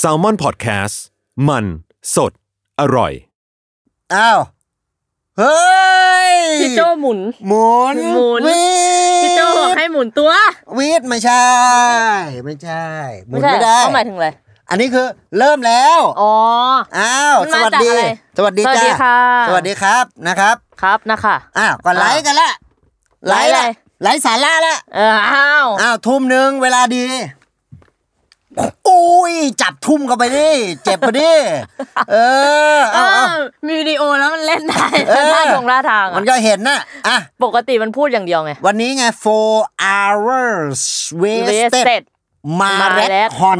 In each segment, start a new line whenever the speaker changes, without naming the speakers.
s a l ม o n PODCAST มันสดอร่อย
อ้าว เฮ้ย
พี่โจหมุน
หมุน
หมุน
วีด
พี่โจบอกให้หมุนตัว
วีดไม่ใช่ ไม่ใช่หมุนไม่
เหรอ
ได้
เขาหมายถึงอะไร
อันนี้คือเริ่มแล้ว
อ๋อ
อ้าว
มัน
ส
มา
วัสดี
จากอะไร
สวัสดี
สวัส
จ้า
ดีค่ะ
สวัสดีครับนะครับ
ครับนะคะ
อ้าวก็ไลฟ์กันละไลฟ์ละ
ไล
ไล
ฟ์อะไร
ฟ์สาระละ
เอออ้าว
อ้าวทุ่มหนึ่งเวลาดีอุ้ยจับทุ่มเข้าไปดิเจ็บไปดิเออเอาเอา
อ้าวมีวิดีโอแล้วมันเล่นได้
เออ
ท่าทรงท่าทางอะ
มันก็เห็นนะอ่ะ
ปกติมันพูดอย่างเดียวไง
วันนี้ไง four hours
เวสเต็
wasted
ด
มาแรดฮอน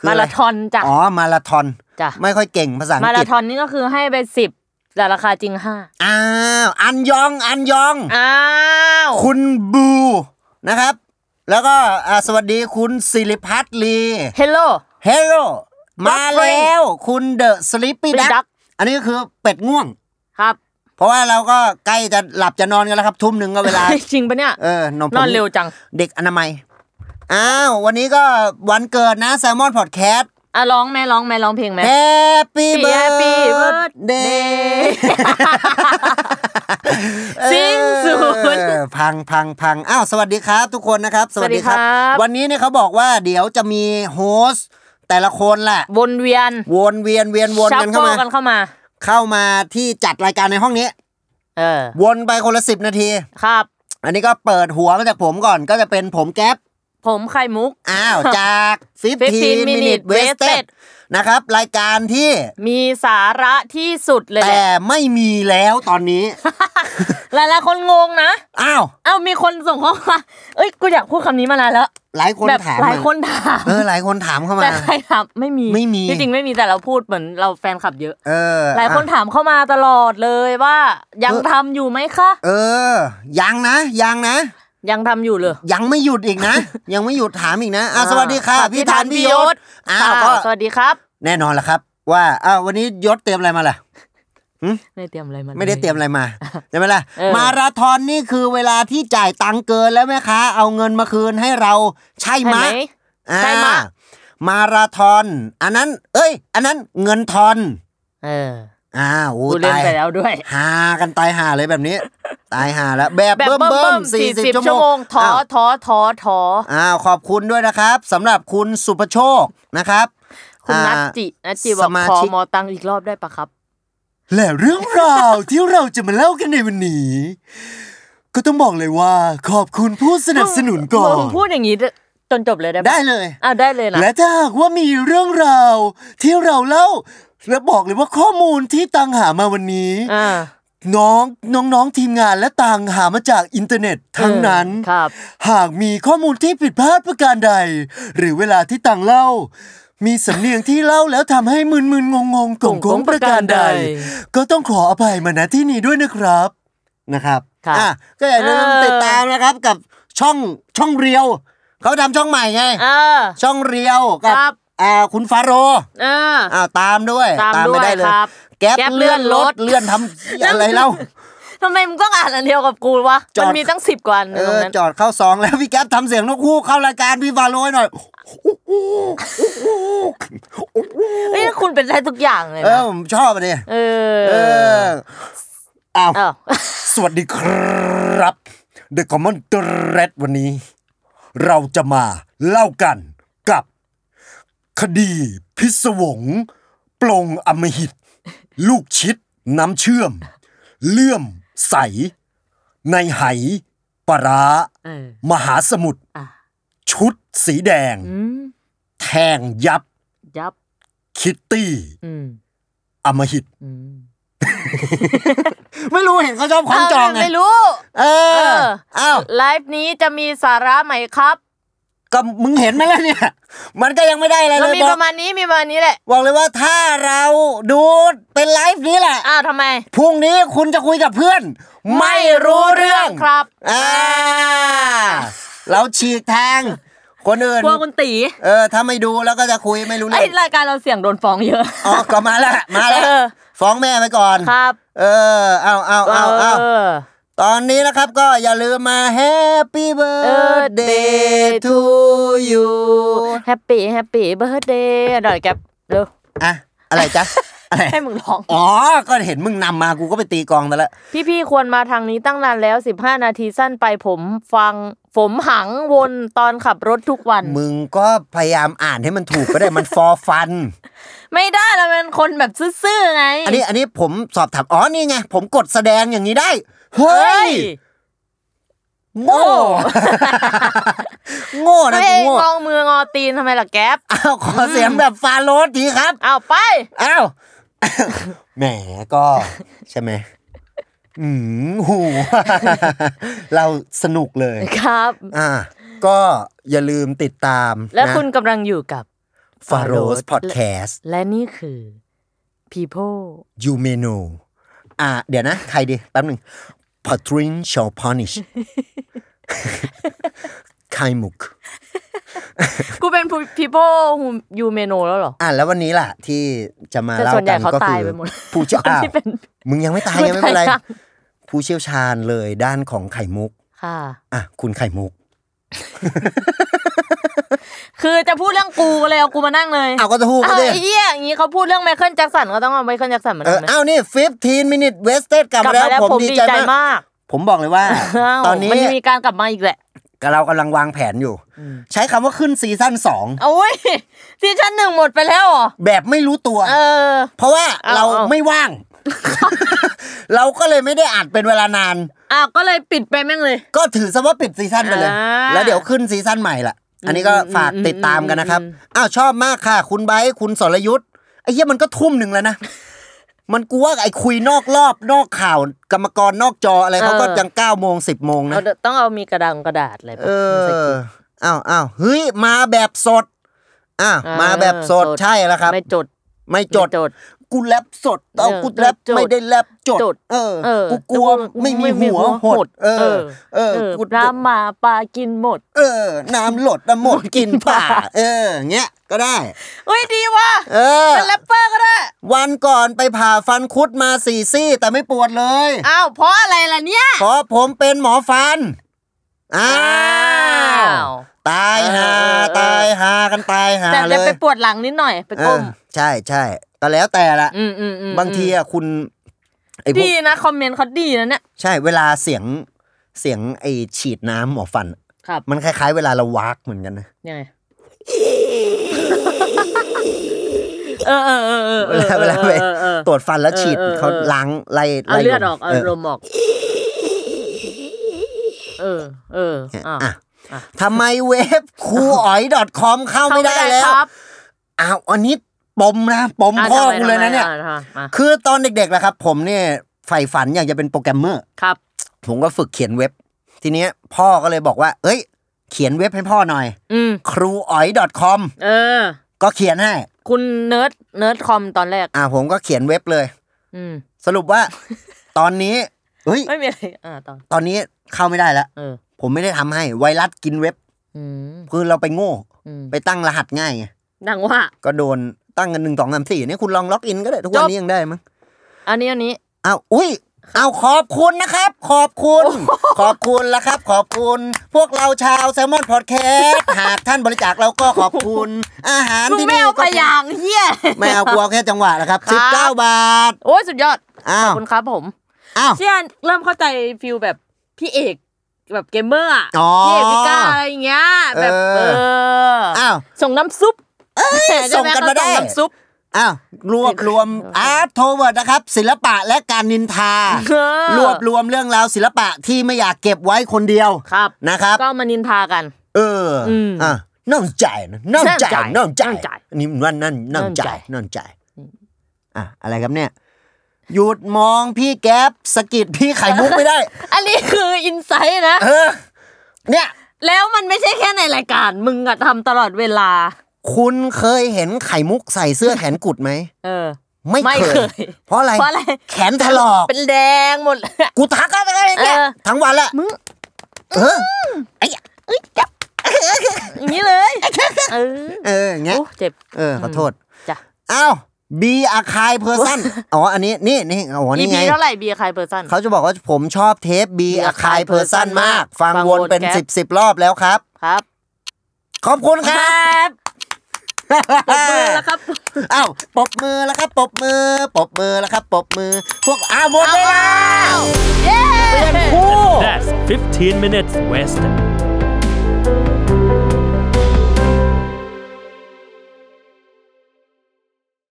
คือ
มา
อะไร
ราธอนจ้ะ
อ๋อ มาราธอน
จ้ะ
ไม่ค่อยเก่งภาษาอัง
มาก รา
ฤษ
ธอนนี่ก็คือให้ไปสิบแต่ราคาจริงห้า
อ้าว อันยอง อันยอง
อ้าว
คุณบูนะครับ แล้วก็อ่าสวัสดีคุณสิริพัฒน์ลี
เฮลโล
เฮโรมาแล้ว คุณเดอะสลิปปี้
Sleepy
ดัก
Duck
อันนี้ก็คือเป็ดง่วง
ครับ
เพราะว่าเราก็ใกล้จะหลับจะนอนกันแล้วครับ ทุ่มหนึ่งก็เวลา
จริงปะเนี่ย
เออนอนผม
นอนเร็วจัง
เด็กอนามัย อ้าว วันนี้ก็วันเกิดนะแซลมอนพอดแคสต์
อ่ะร้องแม่ร้องแม่ร้องเพลงไหม
Happy
Happy
birthday
birthday
เออ
สิ้นสุด
พังพังพังอ้าวสวัสดีครับทุกคนนะครับ สวัสดีครับ
สวัสดีครับ
วันนี้เนี่ยเขาบอกว่าเดี๋ยวจะมีโฮสต์แต่ละคนแหละ
วนเวียน
วนเวียนเวียนวน
ชั
กัน
โก
เข้ามา
กันเข้ามา
เข้ามาที่จัดรายการในห้องนี้
เออ
วนไปคนละสิบนาที
ครับ
อันนี้ก็เปิดหัวมาจากผมก่อนก็จะเป็นผมแก๊ป
ผมไข่มุก
อ้าวจาก15
15
minute
minute
wasted
wasted
นะครับ รายการที่
มีสาระที่สุดเลยแห
แต่
ละ
ไม่มีแล้วตอน นี้
หลายหลายๆคนงงนะ
อ้าว
เอ้ามีคนส่งเข้ามาเอ้ยกูอยากพูดคำนี้มานานแล้ว
หลายคน
แบบ
ถาม
หลาย
ม
คนถาม
เออหลายคนถามเข้า
แต่
มา
ใครถามไม่มี
ไม่มี
จริงๆไม่มีแต่เราพูดเหมือนเราแฟนคลับเยอะ
เออ
หลายคน
อ่ะ
ถามเข้ามาตลอดเลยว่า ยังทำอยู่ไหมคะ
เออ ยังนะ ยังนะ
ยังทำอยู่เลย
ยังไม่หยุดอีกนะ ยังไม่หยุดถามอีกนะอ่ะ
อ่า
สวัสดีค่ะ
ค่ะ
พี่
พี่ธั
ธาน
น
พี่ย
พี่ย
ศ
ศ
อ้า
ค่ะ
วก็
สวัสดีครับ
แน่นอนละครับ ว่าอ้าววันนี้ยศเตรียมอะไรมาล่ะ
ไม่ได้เตรียมอะไรมาล
ไม่ได้เตรียมอะไร มาใช่ไหมล่ะ
เออ
มาราธอนนี่คือเวลาที่จ่ายตังค์เกินแล้วแม่ค้าเอาเงินมาคืนให้เราใช่
ใช่
ไหม
ไหม ใช่มะ
อ่ามาราธอน อันนั้น เอ้ย อันนั้นเงินทอน
เออ
อ้าวโอ้
กูเล่น
ตาย
ไปแล้วด้วย
หากันตายหาเลยแบบ นี้ ตายหาแล้วแบบ
แบบ
เบิ่ม
เบิ่
เบิ่ม
มๆ
สี่
สี่
สิ
สิ
บบ ชั่
ชั่
ว
ว
โม
โม
ง
งท้อ
าว
ท้อท้อท้อ
อ้าวขอบคุณด้วยนะครับสำหรับคุณสุภโชคนะครับ
คุณนัท
อ่า
จินัทจิบ
ส
อก
มา
ขอ
ชิก
มอตังค์อีกรอบได้ปะครับ
และเรื่องราวที่เราจะมาเล่ากันในวันนี้ ก็ต้องบอกเลยว่า ขอบคุณผู้สนับสนุนก่อ
มึง
น
พูดอย่างนี้จนจบเลยได้ปะ
ได้เลย
อ่าได้เลยนะ
และถ้าหากว่ามีเรื่องราวที่เราเล่าและบอกเลยว่าข้อมูลที่ตังหามาวันนี้
อ่า
น้องน้องน้องทีมงานและตังหามาจากอินเทอร์เน็ตทั้งนั้น
เออครับ
หากมีข้อมูลที่ผิดพลาดประการใด หรือเวลาที่ตังเล่า มีสำเนียงที่เล่าแล้วทำให้มึนมึนงงงๆกงกงๆประการใด
ประการใด
ก็ต้องขออภัยมาณที่นี้ด้วยนะครับนะครับ
ครับ
อ่ะก็อย่าลืม
เออ
ติดตามนะครับกับช่องช่องเรียว เขาทำช่องใหม่ไง
เออ
ช่องเรียวกับ
ครับ
อ่าคุณฟาโรห์
เออ
อ้าวตามด้วย
ตามด้วย
ไม่ได้เลย
ครับ
แก๊ป
แก๊ป
เลื่
เลื่
อ
อน น
ร
ร
ถ
ถ
เลื่อนทำอะไรเล่า
ทำไมมึงต้องอ่านอันเดียวกับกูวะ
จอด
มันมีตั้งสิบกว่าอัน
เอ
ตรง
อ
นั้น
จอดเข้าซองแล้ว พี่แก๊ปทำเสียงนกคู่เข้ารายการพี่ฟาโรห์ให้หน่อย
เฮ้ยคุณเป็นได้ทุกอย่างเลย
เออ
นะ
ผมชอบอ่ะดิ
เอ
เอ
อ
ออ้าว
เอ้า
สวัสดีครับ The Common Thread วันนี้ เราจะมาเล่ากันกับ คดีพิศวง ปลงอำมหิต ลูกชิดน้ำเชื่อม เลื่อมใส ในไหปลาร้า
เออ
มหาสมุทร
อ่ะ
ชุดสีแดง
อืม
แทงยับ
ยับ
คิตตี้
อืม
อำมหิต
อืม
ไม่รู้เห็นเขาชอบของจองไง
ไม่รู้
เออ
เออ
อ้าว
ไลฟ์นี้จะมีสาระไหมครับ
ก็มึงเห็นไหมล่ะเนี่ย มันก็ยังไม่ได้อะไร
เรา
เลย
มี
บอ
ป
ก
ระมาณนี้มีประมาณนี้แหละ
บอกเลยว่าถ้าเราดูเป็นไลฟ์นี้แหละ
อ้าวทำไม
พรุ่งนี้คุณจะคุยกับเพื่อน ไม่รู้เรื่อง
ครับ
อ่าเราฉีกทางคนอื่น
กลัวคุณตี
เออถ้าไม่ดูแล้วก็จะคุยไม่รู้
ไอ
เรื่อง
รายการเราเสี่ยงโดนฟ้องเยอะ
อ๋อก็มาละมาละ
เออ
ฟ้องแม่ไปก่อน
ครับ
เออเอาเอาเอาเอา
เออ
ตอนนี้นะครับก็อย่าลืมมา Happy Birthday to you
แฮปปี้แฮปปี้เบ t ร์ a เดย์ดอยแกปเร็ว
อะอะไร จ๊ะอะไร
ให้มึงร้อง
อ๋อ ก็เห็นมึงนำมากูก็ไปตีกลองแต่ละ
พี่ๆ ควรมาทางนี้ตั้งนานแล้ว 15 นาทีสั้นไปผมฟัง ผมหังวนตอนขับรถทุกวัน
มึงก็พยายามอ่านให้มันถูกก็ได้ มัน ฟอฟัน
ไม่ได้แล้วเป็นคนแบบซื่อๆไง
อันนี้อันนี้ผมสอบถาม อ๋อ นี่ไง ผมกดแสดงอย่างนี้ได้ เฮ้
เฮ้
ย
ย
โง่ โง่นะ
เฮ้
กู
ย
โง่
งองมืองอตีนทำไมล่ะแก๊ป
อ้าวขอเสียงแบบฟาโรสดีครับ
เอาไป
อ้าว แหมก็ ใช่ไหมอืมหู เราสนุกเลย
ครับ
อ่า ก็อย่าลืมติดตาม
และ
นะ
คุณกำลังอยู่กับ
ฟาโรสพอดแคสต์
และนี่คือ people
ยูเมโนอ่า เดี๋ยวนะ ใครดี แป๊บหนึ่งพอทรินชอพอนิช ไข่มุก
กูเป็น people who you may know แล้วเหรอ
อ่ะ แล้ววันนี้ล่ะ ที่จะมา
แต่
เล่า
ส่วนให
กั
ญ่
น
เขา
ก็คื
ตาย
อ
ไปหมด
ผู้เชี่ยว
คน
อ้าว
ที่เป็น
มึงยังไม่ตายยังไม่เป็นไร ผู้เชี่ยวชาญเลยด้านของไข่มุก
ค่ะ
อ่ะ คุณไข่มุก
คือจะพูดเรื่องกูก็เลยเอากูมานั่งเลย
เอาก็จะพูด
เอา
ก็ได้
ไอ้เหี้ยอย่างนี้เขาพูดเรื่องไมเคิลแจ็คสันก็ต้องเอาไมเคิลแจ็คสันมา
เอ
นั่
อง
นะ
อ้าวนี่ 15 minute wasted กลับ
กลับ
มาแล้วผ
มาแล้ว
ม
ผม
ดี
ดี
ใจ
ใจ
มาก
มาก
ผมบอกเลยว่า
อ้าว
ตอนนี้
มันยังมีการกลับมาอีกแหละ
เรากำลังวางแผนอยู่ ใช้คำว่าขึ้นซีซั่นสอง
โอ้ยซีซั่นหนึ่งหมดไปแล้วเหรอ
แบบไม่รู้ตัว
เออ
เพราะว่า
เอา
เรา
เอา
ไม่ว่าง เราก็เลยไม่ได้อัดเป็นเวลานาน
อ้าวก็เลยปิดไปแม่งเลย
ก็ถือซะว่าปิดซีซั่นไปเลย
อ่า
แล้วเดี๋ยวขึ้นซีซั่นใหม่ละอันนี้ก็ฝากติดตามกันนะครับ อ้าวชอบมากค่ะ คุณไบร์ทคุณสรยุทธ์ไอ้เหี้ยมันก็ทุ่มหนึ่งแล้ว นะ มันกูว่าไอ้คุยนอกรอบนอกข่าว กรรมกรนอกจออะไรเขาก็
เออ
ยังเก้าโมงสิบโมงนะ
เอาเดี๋ยวต้องเอามีกระดังกระดาษอะไรแบบ
เอ
ใส่
อ
กิ๊ก
อ้าวอ้าวเฮ้ยมาแบบสดอ้าว
อ่าม
มาแบบสด
สด
ใช่แล้วครับ
ไม่จด
ไม่จด
ไม่จด
กูแลบสดเอา
เออ
กูแลบ
จด
ไม่ได้แลบจด
จด
เออ
เออ
กูกลัวไม่มีหัวหด เออ เออกู
น้ำหมาปลากินหมด
เออ น้ำหลดน้ำหม ดกินป่า
ป่า
เออเงี้ยก็ได้
อุ้ยดีว่ะ
เออ
เป็นแรปเปอร์ก็ได้
วันก่อนไปผ่าฟันคุดมาสี่ซี่ แต่ไม่ปวดเลย
อ้าวเพราะอะไรล่ะเนี่ย
เพราะผมเป็นหมอฟัน อ้า
อ้าว ว
ตายหา
เออเออ
ตายหากันตายหา
แต่
เล
เดี๋ยวย ไปปวดหลังนิดหน่อยไป
เอ
ก้
อ
ม
ใช่ใช่ก็แล้วแต่ละ
อืมอืมอืม
บางทีอะคุณไอ้พวก
ดีนะคอมเมนต์เขาดีนะเนี่ย
ใช่เวลาเสียงเสียงไอฉีดน้ำหมอฟัน
ครับ
มันคล้ายๆ เวลาเราวากเหมือนกันนะ
ยังไง เออเออเออเออ
เวลาเวลาไป
ออเออ
ตรวจฟันแล้วฉีด
เออเออเออ
เขาล้างไล่
เอา
ไล่
เลือดออกเอา
เ
ลมออก เออ เอออ่ะ
อ่ะทำไมเว็บครูอ๋อย .com เข้าไม่ได้แล้ว
ครับ
อ้าวอันนี้ปมนะ ปม
ะ
พ่อ
ทำไม
กูเลยนะเนี่ย
ทำไมอ่ะมา
คือตอนเด็กๆแหละครับ ผมเนี่ยใฝ่ฝันอยากจะเป็นโปรแกรมเมอร์
ครับ
ผมก็ฝึกเขียนเว็บ ทีเนี้ยพ่อก็เลยบอกว่า เอ้ย เขียนเว็บให้พ่อหน่อย
อืม
ครูอ๋อย .com
เออ
ก็เขียนให้
คุณเนิร์ดเนิร์ดคอมตอนแรก
อ่าผมก็เขียนเว็บเลย
อืม
สรุปว่า ตอนนี้เฮ้ย
ไม่มีอะไร อ่าต่อ
ตอนนี้เข้าไม่ได้แล้ว
เออ
ผมไม่ได้ทำให้ไวรัสกินเว็บ
อืม
คือเราไปโง่
อืม
ไปตั้งรหัสง่ายไง
ดังว่า
ก็โดนตั้งกันหนึ่งสองสามสี่เนี่ยคุณลองล็อกอินก็ได้ ทุกวัน
จบ
นี้ยังได้มั้ง
อันนี้อันนี้
อ้าวอุ้ยอ้าวขอบคุณนะครับ ขอบคุณ ขอบคุณแล้วครับ ขอบคุณ พวกเราชาวแซลมอนพอดแคสต์หากท่านบริจาคเราก็ขอบคุณ อาหาร
มึง
ที่
ไม่
นี่
เอา
ก็
ไปอย่างเฮีย
ไม่เอากลัวแค่จังหวะแหละครับ
ครับ
สิบเก้าบาท
โอ้ยสุดยอด
อ้า
ขอบ
ว
คุณครับผม
อ้าว
เชี่ยเริ่มเข้าใจฟิลแบบพี่เอกแบบเกมเมอร์อ่ะ
อ๋อ
พี่เอกพี่ก้าอะไรอย่างเงี้ย แบบ
เอ
เอ
อ
ออ
อ้าว
ส่งน้ำซุป
ส่งกันมาได้
ใช่หเขาส่งน้ำซุป
อ้าวรวบรวมอาร์ตโทเวิร์ดนะครับ ศิลปะและการนินทา
เออ
รวบรวมเรื่องราวศิลปะที่ไม่อยากเก็บไว้คนเดียว
ครับ
นะครับ
ก็มานินทากัน
เอออ
ม
อ่ะน่องใจนะน่องใจ
น่
น่อ
อง ง
ใจ
ใจ
อันนี่มันว่านั่นน่องใจน่องใจอ่ะอะไรครับเนี่ย หยุดมองพี่แก๊ปสะกิดพี่ไข่มุกไม่ได้
อันนี้คืออินไซต์นะ
เออ เนี่ย
แล้วมันไม่ใช่แค่ในรายการ มึงอะทำตลอดเวลา
คุณเคยเห็นไข่มุกใส่เสื้อแขนกุดไหม
เออ
ไม่
ไม่
เคย
เคย
เพราะอะไร
เพราะอะไร
แขนถลอก
เป็นแดงหมด เลย
กูทักก็ไม่ได้เนี่ย
เออ
ทั้งวันแหละ
มึง
เออ
อย่างนี้เลยเออ
เอออย่างเงี้ย
โอ้เจ็บ
เออ ขอโทษ
จ้ะ
อ้าว บีอาคายเพอร์ซันอ๋ออันนี้นี่นี่อ๋อ
e ี
นี่ไง
พีเท่าไหร่เบียร์ใครเปอร์ซัน
เขาจะบอกว่าผมชอบเทปบี
Be a
อาคาย
Kind
เพอร์ซัน
Person
มาก
ฟั
ฟัง
ง
วน
วน
เป็น
แก๊ป
สิบสิบรอบแล้วครับ
ครับ
ขอบคุณ
ค
ค
ร
รับั
บปรบมือแล้วครับ
อ้าวปรบมือแล้วครับปรบมือปรบมือแล้วครับปรบมือ พวกอ้าวหมดเวลา
เย้
That's 15 minutes west.